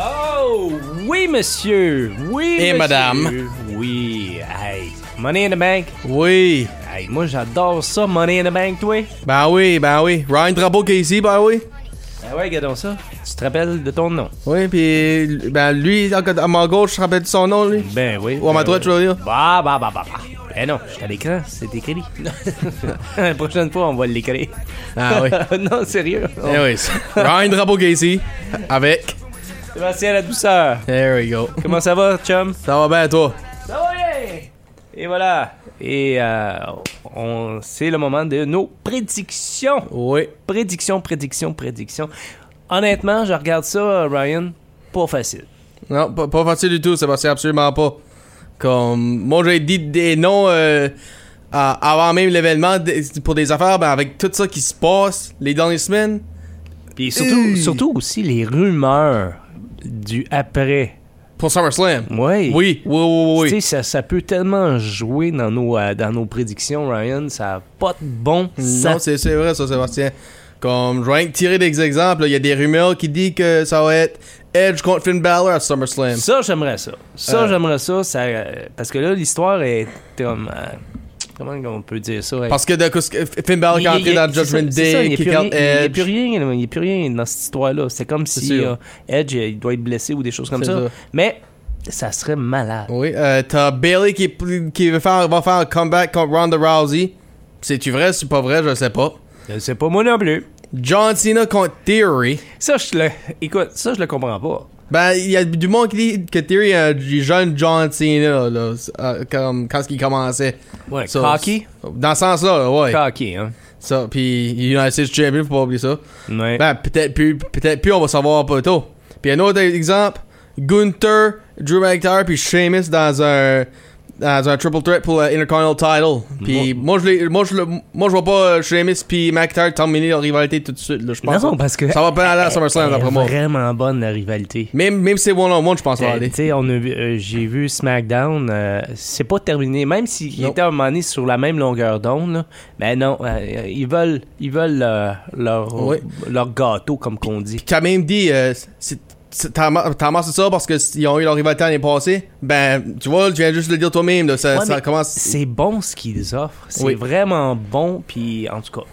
Oh, monsieur. Oui, Et monsieur. madame. Oui. Hey, Money in the Bank. Oui. Hey, moi, j'adore ça, Money in the Bank, toi. Ben oui, ben oui. Ryan Drapeau qui est ici, ben oui. Ah ouais, regardons ça. Tu te rappelles de ton nom? Oui, puis ben lui, à côté- à ma gauche, je rappelle son nom, lui. Ben oui. Ou à ma ben droite, oui. je veux dire. Bah, bah, bah, bah, bah. Eh non, je suis à l'écran, c'est écrit. La prochaine fois, on va l'écrire. Ah oui. non, sérieux. Eh oui, c'est Ryan Drapeau qui est ici, avec. Sébastien La Douceur. There we go. Comment ça va, chum? Ça va bien, toi? Ça va bien! Et voilà. Et euh, on, c'est le moment de nos prédictions. Oui. Prédiction, prédiction, prédiction. Honnêtement, je regarde ça, euh, Ryan, pas facile. Non, pas, pas facile du tout, Sébastien, absolument pas. Comme, moi, j'ai dit des noms euh, à- avant même l'événement des- pour des affaires, ben, avec tout ça qui se passe les dernières semaines. Puis surtout, Euh. surtout aussi les rumeurs du après. Pour SummerSlam. Ouais. Oui, oui, oui, oui. Tu sais, ça, ça peut tellement jouer dans nos, euh, dans nos prédictions, Ryan. Ça n'a pas de bon Non, sens. c'est c'est vrai ça, Sébastien. Comme, je vais rien que tirer des exemples, il y a des rumeurs qui disent que ça va être Edge contre Finn Balor à SummerSlam. Ça, j'aimerais ça. Ça, Euh. j'aimerais ça, ça. euh, Parce que là, l'histoire est comme. euh, comment on peut dire ça? Parce que de, cause que Finn Balor Il- qui est entré il- Ah, dans c'est ça, Judgment c'est ça, il y Day, a qui plus out rien- Il n'y a plus Edge. rien, il y a plus rien dans cette histoire-là. C'est comme C'est si sûr. euh, Edge euh, il doit être blessé ou des choses comme C'est ça. ça. Mais ça serait malade. Oui, euh, t'as Bailey qui, est- qui veut faire, va faire un comeback contre Ronda Rousey. C'est-tu vrai, c'est pas vrai, je sais pas. C'est pas moi non plus. John Cena contre Theory. Ça, je le. Écoute, ça, je le comprends pas. Ben, il y a du monde qui dit que Theory est un du jeune John Cena, là, c'est, euh, comme, quand il commençait. Ouais, Ça, cocky. c'est- Dans ce sens-là, là, ouais. Cocky, hein. Ça, puis United States Champion, faut pas oublier ça. Ouais. Ben, peut-être plus, peut-être plus, on va savoir pas tôt. Puis un autre exemple, Gunther, Drew McIntyre, puis Sheamus dans un, dans un triple threat pour l'Intercontinental title. Puis moi, je l'ai- moi, je le- moi, je vois pas euh, Sheamus puis McIntyre terminer leur rivalité tout de suite, là, je pense. Non, parce que. Ça va pas aller à SummerSlam, elle est d'après moi. vraiment bonne, la rivalité. Même, même si c'est one-on-one, je pense pas Euh, aller. tu sais, on a vu- euh, j'ai vu SmackDown, euh, c'est pas terminé. Même s'ils Non. étaient à un moment donné sur la même longueur d'onde, là, ben non, euh, ils veulent, ils veulent euh, leur, Oui. leur gâteau, comme qu'on dit. T'as même dit, euh, c'est- c'est- t'as ma- t'as amassé ça parce qu'ils ont eu leur rivalité l'année passée. Ben, tu vois, tu viens juste de le dire toi-même, là, ça, Ouais, Euh, ça mais commence. C'est bon ce qu'ils offrent. C'est Oui. vraiment bon, puis en tout cas.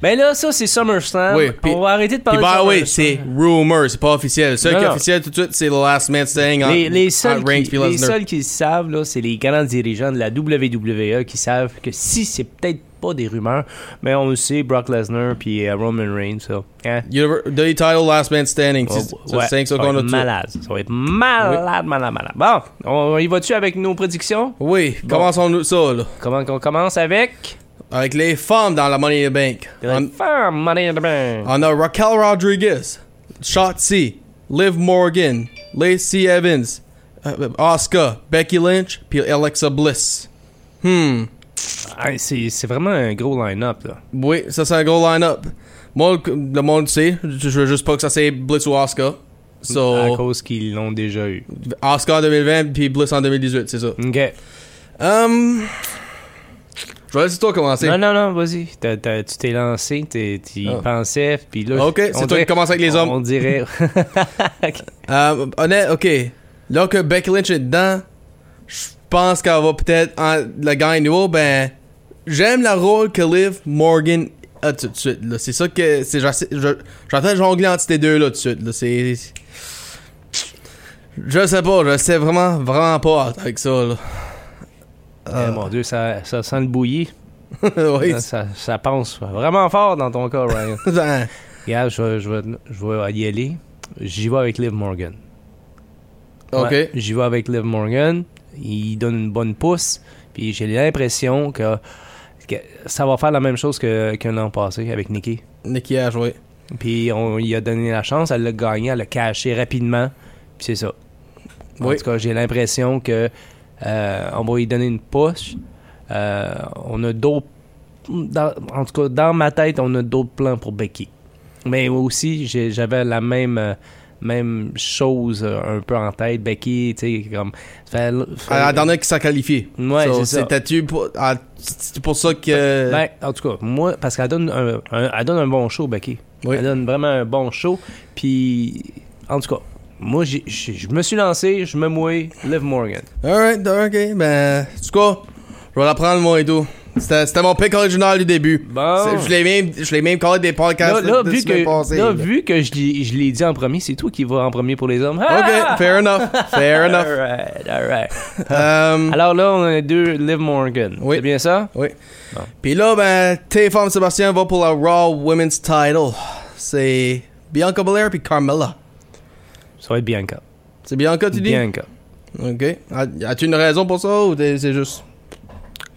Ben là, ça, c'est SummerSlam. Oui, puis- on va arrêter de parler Puis de bah oui, SummerSlam. c'est rumor, c'est pas officiel. Celui Non, qui est non. officiel tout de suite, c'est The Last Man Standing Les, en- les en seuls Reigns qui, puis les Lesnar. seuls qui le savent, là, c'est les grands dirigeants de la WWE qui savent que si c'est peut-être pas des rumeurs, mais on le sait, Brock Lesnar puis euh, Roman Reigns, ça. Hein? Univer- The title Last Man Standing, Oh, c'est c'est ouais, cinq ça va secondes être au-dessus. malade. Ça va être malade, malade, malade. Bon, on y va-tu avec nos prédictions? Oui, Bon. commençons-nous ça, là. Comment qu'on commence avec? Avec les femmes dans la Money in the Bank. On, Femme, Money in the Bank. on a Raquel Rodriguez, Shotzi, Liv Morgan, Lacey Evans, Oscar, Becky Lynch, puis Alexa Bliss. Hmm. Ah, c'est c'est vraiment un gros line-up, là. Oui, ça c'est un gros line-up. Moi, le- le monde sait, je je veux juste pas que ça c'est Bliss ou Oscar. So, À cause qu'ils l'ont déjà eu. Oscar en 2020 puis Bliss en 2018, c'est ça. OK. Hum... je vais laisser toi commencer. Non, non, non, vas-y. T'as- t'as- Tu t'es lancé, t'es- tu y Ah. pensais, puis là... Ok, c'est on toi dirait- qui commences avec les hommes. On dirait... Eh, Euh, honnête, ok. Là que Becky Lynch est dedans, je pense qu'elle va peut-être en- la gagner nouveau. Ben, j'aime la rôle que Liv Morgan a tout de suite. là. C'est ça que. c'est j'essa- je- J'entends jongler entre ces deux-là tout de suite. là. C'est. Je sais pas, je sais vraiment, vraiment pas avec ça. Là. Eh, mon Dieu, ça, ça sent le bouilli. Ah. oui, Ça, ça pense vraiment fort dans ton corps, Ryan. ben, Regarde, je vais, je, vais, je vais y aller. J'y vais avec Liv Morgan. ok. Ouais, J'y vais avec Liv Morgan. Il donne une bonne pousse. Puis j'ai l'impression que, que ça va faire la même chose que- qu'un an passé avec Nikki. Nikki a joué. Puis on lui a donné la chance, elle l'a gagné, elle l'a caché rapidement. Puis c'est ça. En Oui. tout cas, j'ai l'impression que euh, on va lui donner une push. Euh, on a d'autres. dans- en tout cas, dans ma tête, on a d'autres plans pour Becky. Mais aussi, j'ai- j'avais la même. euh, même chose euh, un peu en tête, Becky, tu sais, comme... fait- fait- À la dernière qui s'est qualifiée. Ouais, So, c'est ça. C'était-tu pour, ah, c'est pour ça que. Ben, en tout cas, moi, parce qu'elle donne un, un- elle donne un bon show, Becky. Oui. Elle donne vraiment un bon show. Puis, en tout cas, moi, j'ai- j'ai- je me suis lancé, je me mouille, Liv Morgan. Alright, ok, ben, en tout cas, je vais la prendre moi et tout. C'était c'était mon pick original du début. Bon. C'est- Je l'ai même, je l'ai même collé des Oh. Là, podcasts là, de vu, semaine que, passée, là, là. vu que je, l'ai- je l'ai dit en premier, c'est toi qui vas en premier pour les hommes. Ah! Ok, fair enough, fair enough. Alright, alright. Um, Alors là, on a deux Liv Morgan. Oui. C'est bien ça? oui. Bon. Puis là, ben, Téléphone Sébastien va pour la Raw Women's Title. C'est Bianca Belair puis Carmella. Ça va être Bianca. C'est Bianca, tu dis? Bianca. Ok. A- As-tu une raison pour ça ou t'es- c'est juste.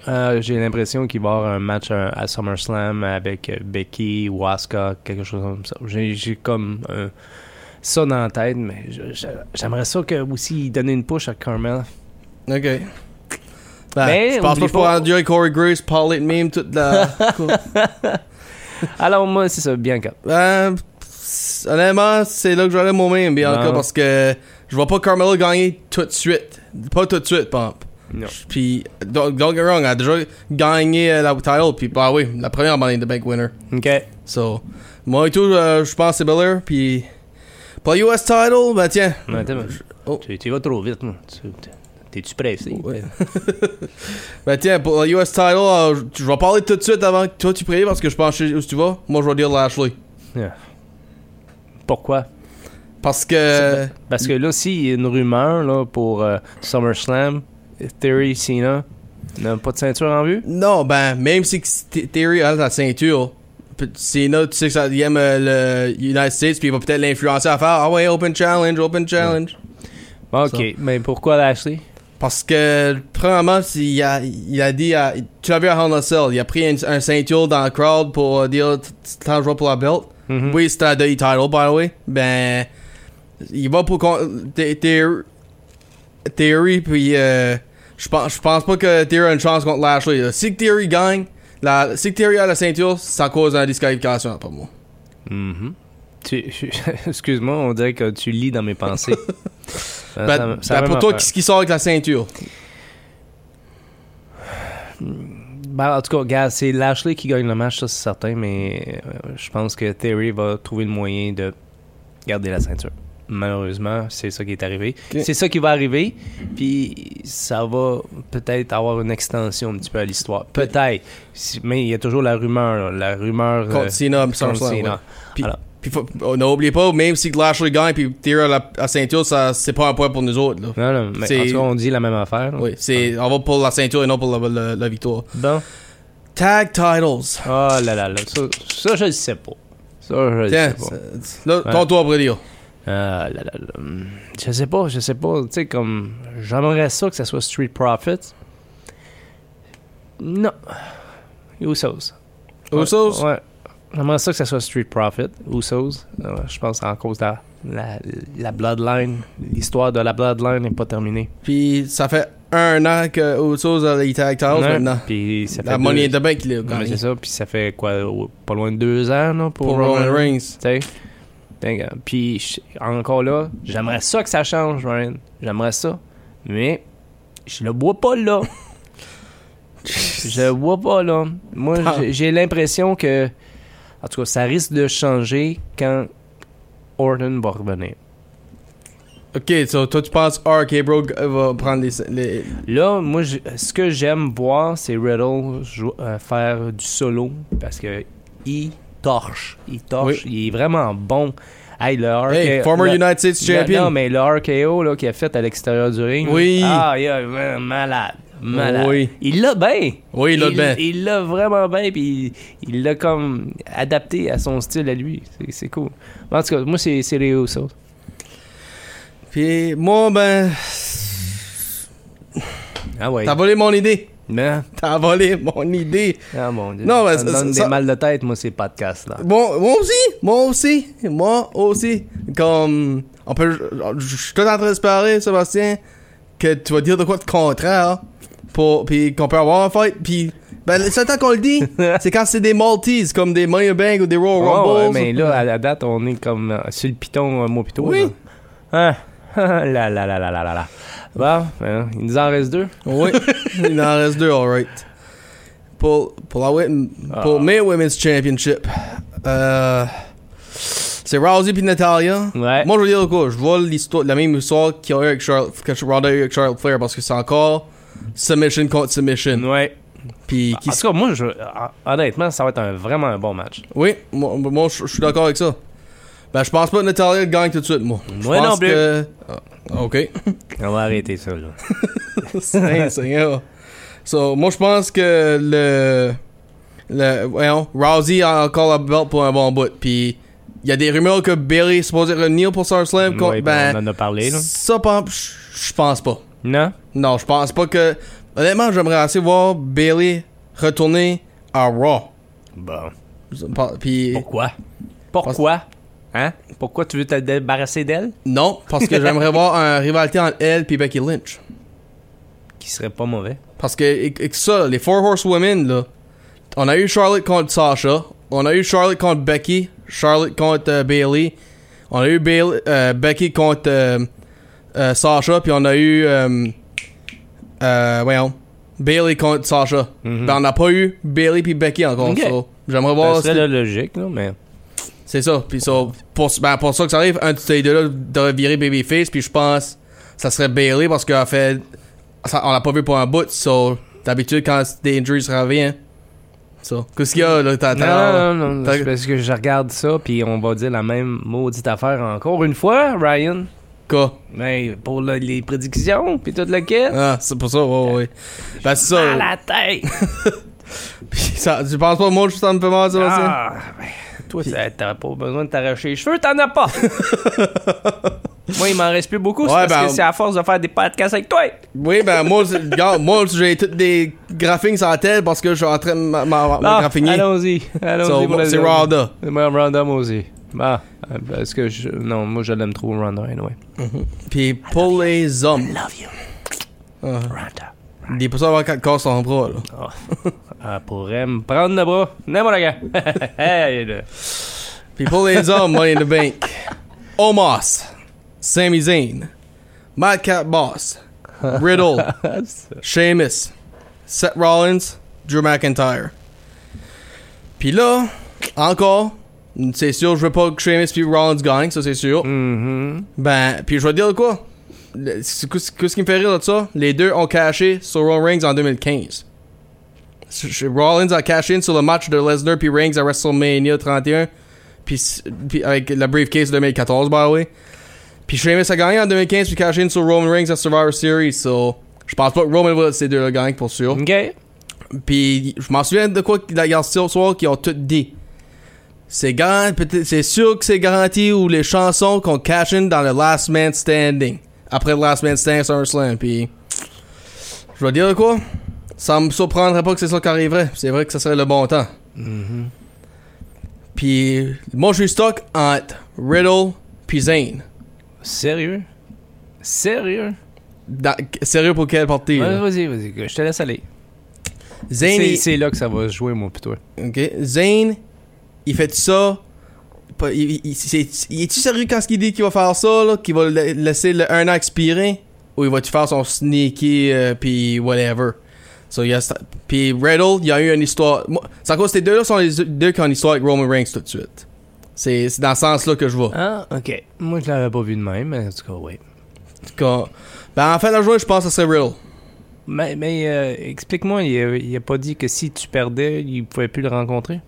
Euh, J'ai l'impression qu'il va y avoir un match euh, à SummerSlam avec euh, Becky, Waska, quelque chose comme ça. J'ai j'ai comme euh, ça dans la tête, mais je- je- j'aimerais ça que aussi donner une push à Carmel. Ok. Ben, Mais, je pense pas oublie que pour pas- endurer Corey Grace, Paulette Meme, toute la. Alors moi, c'est ça, Bianca. Ben, Euh, pss, honnêtement, c'est là que j'aurais moi-même, Bianca, Non. parce que je vois pas Carmelo gagner tout de suite. Pas tout de suite, Pomp. Non. Puis, don't, don't get wrong, elle a déjà gagné euh, la title, puis bah oui, la première money in the bank winner. OK. So, moi et tout, euh, je pense que c'est Belair, puis pour la US title, ben tiens. Non, attends, mais- Oh. tu, tu vas trop vite. là. Tu- tu- T'es-tu pressé? Ouais. ben tiens, pour la US title, euh, je- je vais parler tout de suite avant que toi tu pries, parce que je pense que je sais où tu vas. Moi, je vais dire Lashley. Ah. Pourquoi? Parce que. euh, Parce que là, s'il y a une rumeur là, pour euh, SummerSlam, Theory, Cena, n'a pas de ceinture en vue? Non, ben, même si Th- Theory a la ceinture, p- Cena, tu sais que ça il aime euh, le United States, puis il va peut-être l'influencer à faire Ah ouais, open challenge, open challenge. OK, Ça. mais pourquoi Lashley? Parce que, premièrement, il a, il a dit à- Tu l'as vu à Hell in a Cell, il a pris une- un, ceinture dans le crowd pour euh, dire T- t- T'en joues pour la belt. Mhm. Oui, c'était la Dirty Title, by the way. Ben, il va pour. con- Th- Theory, Theory, puis. euh, je pense, je pense pas que Theory a une chance contre Lashley. là. Si Theory gagne, la, si Theory a la ceinture, ça cause une disqualification, pour moi. Mm-hmm. Mhm. Tu- Excuse-moi, on dirait que tu lis dans mes pensées. Ça- ça- Ben, ça ben, va pour m'en toi, faire. qu'est-ce qui sort avec la ceinture Ben, en tout cas, gars, c'est Lashley qui gagne le match, ça c'est certain, mais euh, je pense que Theory va trouver le moyen de garder la ceinture. Malheureusement, c'est ça qui est arrivé. Ok. C'est ça qui va arriver, puis ça va peut-être avoir une extension un petit peu à l'histoire. Peut-être. Si- Mais il y a toujours la rumeur, là, la rumeur contre euh, Cena, puis contre SummerSlam, ouais. Cena. Puis, Alors. puis faut- oh, n'oubliez pas, même si Lashley gagne, puis Theory a la, la ceinture, ça, c'est pas un point pour nous autres. là. Non, non, mais C'est- en tout cas, on dit la même affaire. là. Oui, c'est, on va pour la ceinture et non pour la, la- la victoire. Bon. Tag titles. Oh là là là, ça, ça, je le sais pas. Ça je le sais Tiens, pas. c'est- là, ton Ouais. tour après dire. Ah là là là. Hum, Je sais pas, je sais pas. Tu sais, comme. J'aimerais ça que ça soit Street Profits. Non. Usos. Usos? Ouais. ouais. J'aimerais ça que ça soit Street Profit. Usos. Euh, je pense en cause de la, la, la Bloodline. L'histoire de la Bloodline n'est pas terminée. Puis ça fait un an que Usos a les tag titles Non, Ah, maintenant. Hein? Puis ça fait. La deux- Money in the Bank, il a Ouais, mais gagné. c'est ça. Puis ça fait quoi au- Pas loin de deux ans, non Pour Roman Reigns. Tu sais? Fait que, Puis je- encore là, j'aimerais ça que ça change, Ryan. J'aimerais ça. Mais je le vois pas là. je le vois pas là. Moi, Ah. j'ai- j'ai l'impression que. En tout cas, ça risque de changer quand Orton va revenir. Ok, so, toi tu penses RK Bro g- euh, va prendre les. les- Là, moi, je- ce que j'aime voir, c'est Riddle jou- euh, faire du solo parce que il torche. Il torche. Il est vraiment bon. Hey, le RK, Hey, former le- United States Le- champion. Non, mais le RKO là, qu'il a fait à l'extérieur du ring. Oui. Ah, il a vraiment malade. Malade. Oui. Il l'a bien. Oui, il l'a bien. Il l'a vraiment bien, puis il il l'a comme adapté à son style à lui. C'est- C'est cool. Mais en tout cas, moi, c'est c'est les Usos. Puis moi, ben. Ah ouais. T'as volé mon idée. Non. T'as volé mon idée. Ah mon dieu. hein? Non, mais ça ça- me donne ça- des mal de tête, moi, ces podcasts-là. Bon, moi aussi, moi aussi, moi aussi. Comme. On peut, je je suis tout en train d'espérer, Sébastien, que tu vas dire de quoi de contraire. Pour, puis qu'on peut avoir un fight. Puis. Ben, le seul temps qu'on le dit, c'est quand c'est des Maltese, comme des Money in the Bank ou des Royal Ah, Ouais, ouais, Rumbles. mais là, à la date, on est comme euh, sur le piton, euh, moi piton. Oui. Là. Ah, là, là, là, là, là, là, là. Bon, hein, il nous en reste deux. Oui, il en reste deux, alright. Pour, pour la wi- pour Ah. mes Women's Championship, euh, C'est Rousey puis Natalia. Ouais. Moi, je veux dire quoi, je vois l'histoire, la même histoire qu'il y a eu avec Charlotte, que Ronda a eu avec Charlotte Flair parce que c'est encore submission contre submission. Ouais. Puis qui Bah, En tout cas, moi, je, honnêtement, ça va être un, vraiment un bon match. Oui, moi, moi, je je suis d'accord avec ça. Ben, je pense pas que Natalia gagne tout de suite, moi. Je Moi non pense plus. que- Ah, ok. On va arrêter ça, là. Hey, Seigneur. So, moi, je pense que le. le voyons, Rousey a encore la belt pour un bon bout. Puis, il y a des rumeurs que Bailey est supposé revenir pour SummerSlam. contre- Ouais, ben, on en a parlé, là. ça, pas- je je pense pas. Non? Non, je pense pas que. Honnêtement, j'aimerais assez voir Bailey retourner à Raw. Bon. Puis, Pourquoi? Pourquoi? Hein? Pourquoi tu veux te débarrasser d'elle? non, parce que j'aimerais voir un rivalité entre elle et Becky Lynch. Qui serait pas mauvais. Parce que et- et que ça, les Four Horsewomen, là, on a eu Charlotte contre Sasha, on a eu Charlotte contre Becky, Charlotte contre euh, Bailey, on a eu Bailey- euh, Becky contre euh, euh, Sasha, puis on a eu euh, euh, voyons, Bailey contre Sasha. Mhm. Ben, on n'a pas eu Bailey puis Becky encore. Ok. Ben, so, J'aimerais Ça voir. serait ce- la logique, là, mais. C'est ça. Puis so, pour, ben, pour ça que ça arrive, un de ces deux-là devrait virer Babyface, puis je pense ça serait Bailey parce qu'en fait, ça- on l'a pas vu pour un bout, so, d'habitude, quand des injuries reviennent, so, qu'est-ce qu'il y a, là, t'as, t'as- Non, non, non, t'as- c'est parce que je regarde ça, puis on va dire la même maudite affaire encore une fois, Ryan. quoi? Mais pour le- les prédictions, puis toute la quête. Ah, c'est pour ça, ouais, ouais. Ben, c'est À ça. la tête! Puis ça, tu penses pas, moi, je ça me fait mal, ça, Bastien? Ah, ben, toi, ça- t'as pas besoin de t'arracher les cheveux, t'en as pas! Moi, il m'en reste plus beaucoup, c'est Ouais, parce ben, que c'est à force de faire des podcasts avec toi! Oui, ben, moi, c'est- regarde, moi, j'ai toutes des graphiques sur la tête parce que je suis en train de m'a- m'a- m'a- Ah, graphigner. allons-y, allons-y. So, pour la- c'est Ronda. C'est moi, Ronda Mousey. Ah, parce que je... Non, moi, je l'aime trop, Ronda, anyway. Puis pour les hommes, Love you, ah, Ronda. des personnes avoir quatre corps sont bras, là. Oh. Elle pourrait me prendre le bras. N'importe quand. Hey, là. Puis pour les hommes, Money in the Bank. Omos, Sami Zayn, Madcap Boss, Riddle, Sheamus, Seth Rollins, Drew McIntyre. Puis là, encore, c'est sûr, je veux pas que Sheamus puis Rollins gagnent, ça c'est sûr. Mhm. Ben, puis je vais te dire quoi? Le- c'est- Qu'est-ce qu'est-ce qui me fait rire de ça? Les deux ont caché sur Royal Reigns en 2015. Je- je- Rollins a caché in sur le match de Lesnar puis Reigns à WrestleMania 31. Puis, s- puis avec la briefcase de 2014, by the way. Puis Sheamus a gagné en 2015 puis caché in sur Roman Reigns à Survivor Series. So, je pense pas que Roman va ces deux-là gagner pour sûr. OK. Puis je m'en souviens de quoi qu'il a gardé ce soir qu'ils ont tout dit. C'est gar- peut-être- c'est sûr que c'est garanti ou les chansons qu'on cash in dans le Last Man Standing. Après le Last Man Standing SummerSlam. Puis je vais dire de quoi Ça me surprendrait pas que c'est ça qui arriverait. C'est vrai que ça serait le bon temps. Mm-hmm. Puis moi je suis stock entre Riddle puis Zane. Sérieux? Sérieux? sérieux pour quelle partie Ouais, là? vas-y, vas-y, gars, je te laisse aller. Zayn, C'est il- c'est là que ça va se jouer, moi, pis toi. Ok. Zane, il fait ça. Pas- Il, il- il- c'est- il est-tu sérieux quand ce qu'il dit qu'il va faire ça, là, qu'il va la- laisser le 1 an expirer Ou il va-tu faire son sneaky, euh, puis whatever so, il y a ça- Puis Riddle, il y a eu une histoire. Moi, C'est à cause ces deux-là sont les deux qui ont une histoire avec Roman Reigns tout de suite. C'est c'est dans ce sens-là que je vois. Ah, OK. Moi, je l'avais pas vu de même, mais en tout cas, oui. Quand- Ben, en fin de la journée, je pense que ce serait Riddle. Mais, mais euh, explique-moi, il, a- il a pas dit que si tu perdais, il pouvait plus le rencontrer?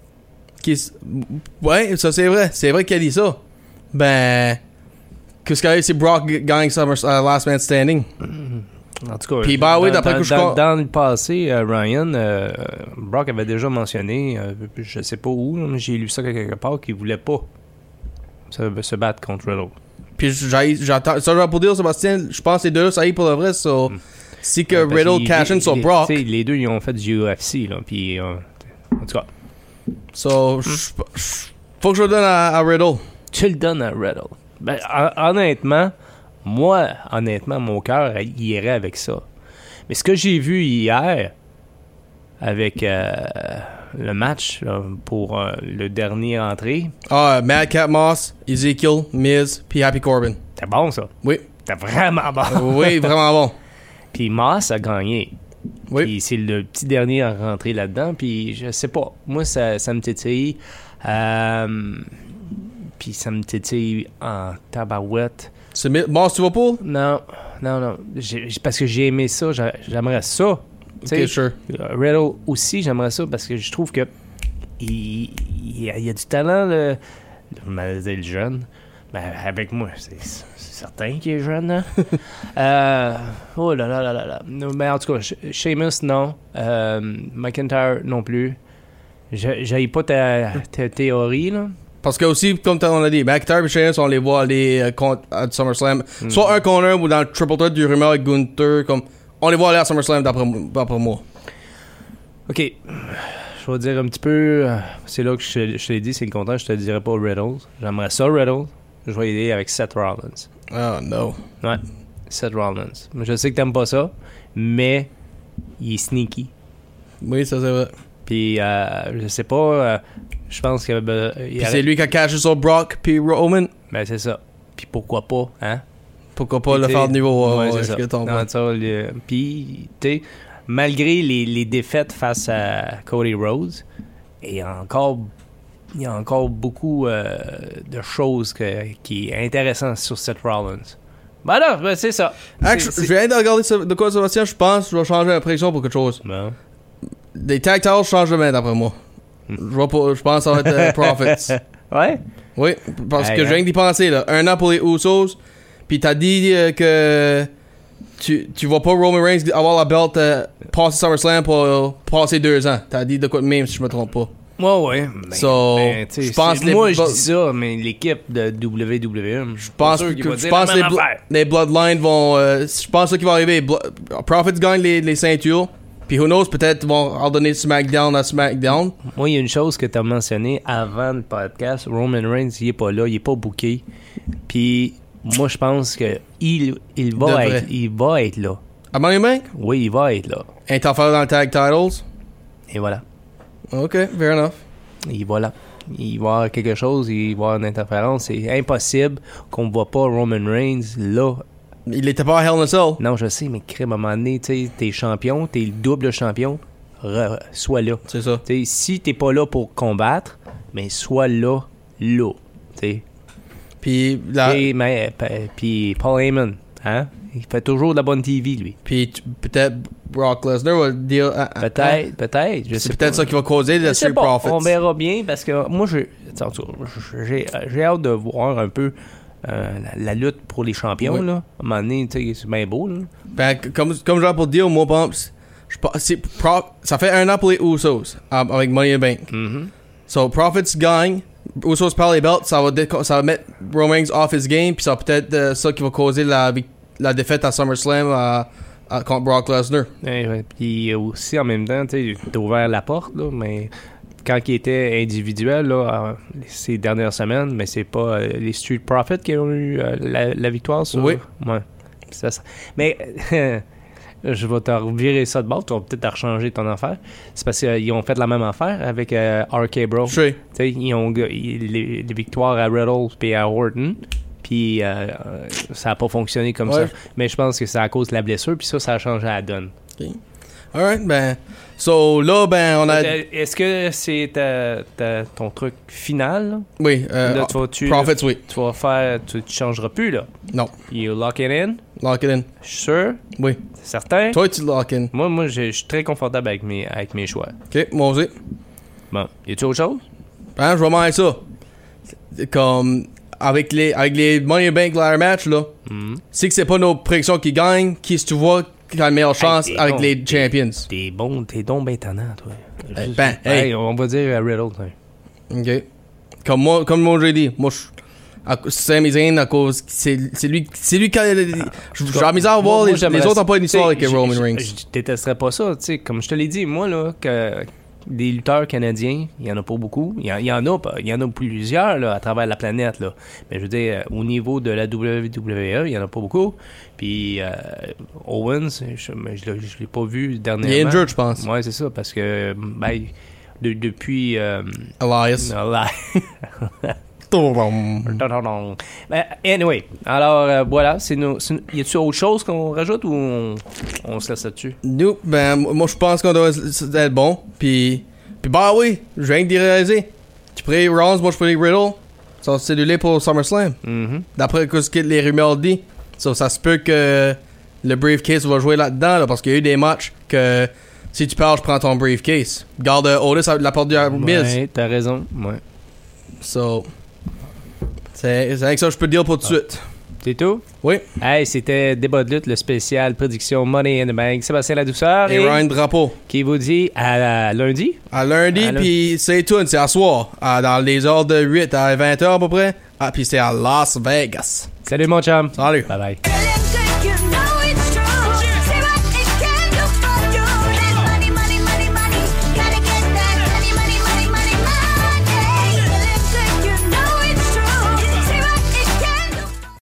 Qui s- Ouais, ça c'est vrai. C'est vrai qu'il a dit ça. Ben. Qu'est-ce qu'il y a eu si Brock gagne Summer, euh, Last Man Standing? En tout cas, Puis, bah oui, dans- d'après dans, que je dans- com- dans le passé, euh, Ryan, euh, Brock avait déjà mentionné, euh, je sais pas où, mais j'ai lu ça quelque part, qu'il voulait pas se, se battre contre Riddle. Puis j'aille- j'attends. Ça, j'ai pour dire, Sébastien, je pense que les deux là, ça y est pour le vrai. So, si que Hmm. Parce qu'il- Riddle cash in il- sur il- Brock. tu sais, les deux, ils ont fait du UFC, là, puis... euh, en tout cas, hmm. So, je- je- faut que je le donne à, à Riddle. tu le donnes à Riddle. Ben, hon- honnêtement, moi, honnêtement, mon cœur il irait avec ça. Mais ce que j'ai vu hier avec euh, le match là, pour euh, le dernier entrée, Ah, Madcap Moss, Ezekiel, Miz, puis Happy Corbin. c'était bon ça. Oui, C'était vraiment bon. oui, vraiment bon. Puis Moss a gagné. Oui, Puis c'est le petit dernier à rentrer là-dedans. Puis je sais pas. Moi, ça, ça me tétille. Euh, puis ça me titille en tabarouette. C'est mi- bon, si tu vas pour? Non, non, non. J'ai- j'ai- parce que j'ai aimé ça, j'a- j'aimerais ça. Tu sais, Ok, sure. euh, Riddle aussi, j'aimerais ça parce que je trouve que il, il y a, il y a du talent, le, le, maladie, le jeune. Ben, avec moi, c'est c'est certain qu'il est jeune. hein. Euh, oh là là là là là. Non, Mais en tout cas, Sh- Sheamus, non. Euh, McIntyre, non plus. Je- J'aille pas ta, ta théorie, là. Parce que aussi, comme t'as- on a dit, McIntyre et Sheamus, on les voit aller euh, contre, à SummerSlam. Hmm. Soit un corner ou dans le triple threat du rumeur avec Gunther, comme on les voit aller à SummerSlam d'après d'après moi. Ok. Je vais dire un petit peu. euh, C'est là que je, je te l'ai dit, c'est le contraire. Je te le dirai pas Riddles. J'aimerais ça, Riddles. Je vais aider avec Seth Rollins. Oh no. Ouais. Seth Rollins. Je sais que t'aimes pas ça, mais il est sneaky. Oui, ça c'est vrai. Puis, euh, je sais pas. euh, je pense qu'il y avait. il y Puis aurait- c'est lui qui a caché sur Brock puis Roman. Ben, c'est ça. Puis pourquoi pas, hein? Pourquoi pas le T'sais, faire de niveau ouais, ouais, c'est ouais, ça. je comprends. Dans ça, le- Puis, tu sais, malgré les, les défaites face à Cody Rhodes, et encore, il y a encore beaucoup euh, de choses que- qui est intéressant sur Seth Rollins. Ben là, ben c'est ça. Actu- C'est- Je c'est- viens de regarder ce- de quoi Sébastien, je pense que je vais changer la prédiction pour quelque chose. Bon. Les tag titles changent demain d'après moi. Hmm. Je, vois pas, je pense que ça va être euh, Profits. Ouais? Oui, parce Hey, que je viens hein. d'y penser là. Un an pour les Usos, puis t'as dit euh, que tu, tu vois pas Roman Reigns avoir la belt euh, passer SummerSlam pour euh, passer deux ans. T'as dit de quoi de même si je me trompe pas. Ouais, ouais. Ben, So, ben, tu sais, je pense c'est- les- moi, je dis ça, mais l'équipe de WWE, je Je pense sûr que, qu'il va je dire pense la les, même blo- affaire. les Bloodlines vont. euh, je pense ça qui va arriver. Blo- Profits gagnent les, les ceintures. Puis who knows, peut-être ils vont ordonner SmackDown à SmackDown. Moi, il y a une chose que tu as mentionnée avant le podcast. Roman Reigns, il est pas là, il est pas booké. Puis moi, je pense que il, il, va, Devrait. être, il va être là. À Money in the Bank, Oui, il va être là. interfère dans le tag titles. Et voilà. Ok, fair enough. Il va là. Il va y avoir quelque chose, il va y avoir une interférence. C'est impossible qu'on ne voit pas Roman Reigns là. Il était pas à Hell in a Cell. Non, je sais, mais crème, à un moment donné, tu sais, t'es champion, t'es le double champion, re- sois là. C'est ça. Tu sais, si t'es pas là pour combattre, mais sois là, là. Tu sais. Puis la, Et, mais, euh, pa- puis Paul Heyman, hein? Il fait toujours de la bonne TV, lui. Puis tu- peut-être Brock Lesnar va dire. ah, ah, Peut-être, peut-être. Je sais ah. C'est peut-être pas. ça qui va causer Je le sais Street pas, On Profits. verra bien parce que moi, je- en tout cas, j'ai euh, j'ai hâte de voir un peu euh, la, la lutte pour les champions. Oui. Là. À un moment donné, tu sais, c'est bien beau. Là. Ben, c- comme, comme genre pour dire, moi, bon, c'est- je pense- c'est Pro- ça fait un an pour les Usos ah, avec Money in the Bank. Mhm. So Profits gagne, Usos perd les belts, ça va, déco- ça va mettre Roman's off his game, puis ça va peut-être euh, ça qui va causer la, vic- la défaite à SummerSlam à- à- contre Brock Lesnar. Ouais, ouais. Puis aussi, en même temps, tu as ouvert la porte, là, mais quand il était individuel là, euh, ces dernières semaines, mais c'est pas euh, les Street Profits qui ont eu euh, la, la victoire sur... Oui. Ouais. Ça, ça- Mais je vais te revirer ça de bord, tu vas peut-être te rechanger ton affaire. C'est parce qu'ils ont fait la même affaire avec euh, RK Bro. Je sais. Tu sais, ils ont ga- ils- les, les victoires à Riddle et à Orton. Puis euh, euh, ça n'a pas fonctionné comme Ouais. ça. Mais je pense que c'est à cause de la blessure. Puis ça, ça a changé la donne. Alright, ben. So là, ben, on a. Euh, Est-ce que c'est ta- ta- ton truc final? là? Oui, euh, Là, tu vas, tu, Profits, oui. tu vas faire. Tu, tu changeras plus, là. Non, You lock it in. lock it in. Je suis sûr. Oui. C'est certain. Toi, tu lock in. Moi, moi je je suis très confortable avec mes, avec mes choix. Ok, moi aussi. Bon. Y a-tu autre chose? Hein, je vais m'en ça. C'est Comme avec les avec les Money in the Bank ladder match là, Mhm. c'est que c'est pas nos prédictions qui gagnent, qui si tu vois qui a la meilleure chance t'es avec con. les champions. T'es bon. T'es donc ben tannant, toi. Eh Juste- ben, hey. on va dire à Riddle. hein. Ok. Comme moi comme moi j'ai dit, moi je à cause- Sami Zayn à cause c'est c'est lui c'est lui qui a les- Ah, je- j'ai la misère à voir Moi, les, moi, j'aimerais les autres ça. n'ont pas une histoire avec Tu sais, Roman je- Reigns. Je, je détesterais pas ça. tu sais, Comme je te l'ai dit, moi, là, que des lutteurs canadiens, il y en a pas beaucoup. Il y, en- il y en a pas- il y en a plusieurs là, à travers la planète. Là. Mais je veux dire, euh, au niveau de la WWE, il y en a pas beaucoup. Puis euh, Owens, je ne l'ai pas vu Il est dernièrement. injured je pense. Ouais, c'est ça, parce que ben, de- depuis... euh, Elias. la- Tom. Ben, anyway, alors euh, voilà, c'est nos- c'est nos- y a-tu autre chose qu'on rajoute ou on, on se laisse là-dessus? Nope, ben moi moi, je pense qu'on doit être bon. Puis, puis bah oui, je viens de réaliser. Tu pries Rollins, moi je prie Riddle. sont cellulés pour SummerSlam. Mhm. D'après ce que les rumeurs disent. So, ça se peut que le briefcase va jouer là-dedans, là, parce qu'il y a eu des matchs que si tu pars, je prends ton briefcase. Garde euh, Otis à la porte du Miz. Ouais, t'as raison. Ouais. So, c'est c'est avec ça que je peux te dire pour tout de suite. C'est tout? Oui. Hey, c'était Débat de lutte, le spécial prédiction Money in the Bank. Sébastien Ladouceur Et Ryan Drapeau. qui vous dit à lundi. À lundi, À lundi. puis c'est tout, c'est à soir. À- dans les heures de 8 à 20 heures à peu près. Ah, puis c'est à Las Vegas. Salut mon chum. Salut. Bye bye. Electric, you know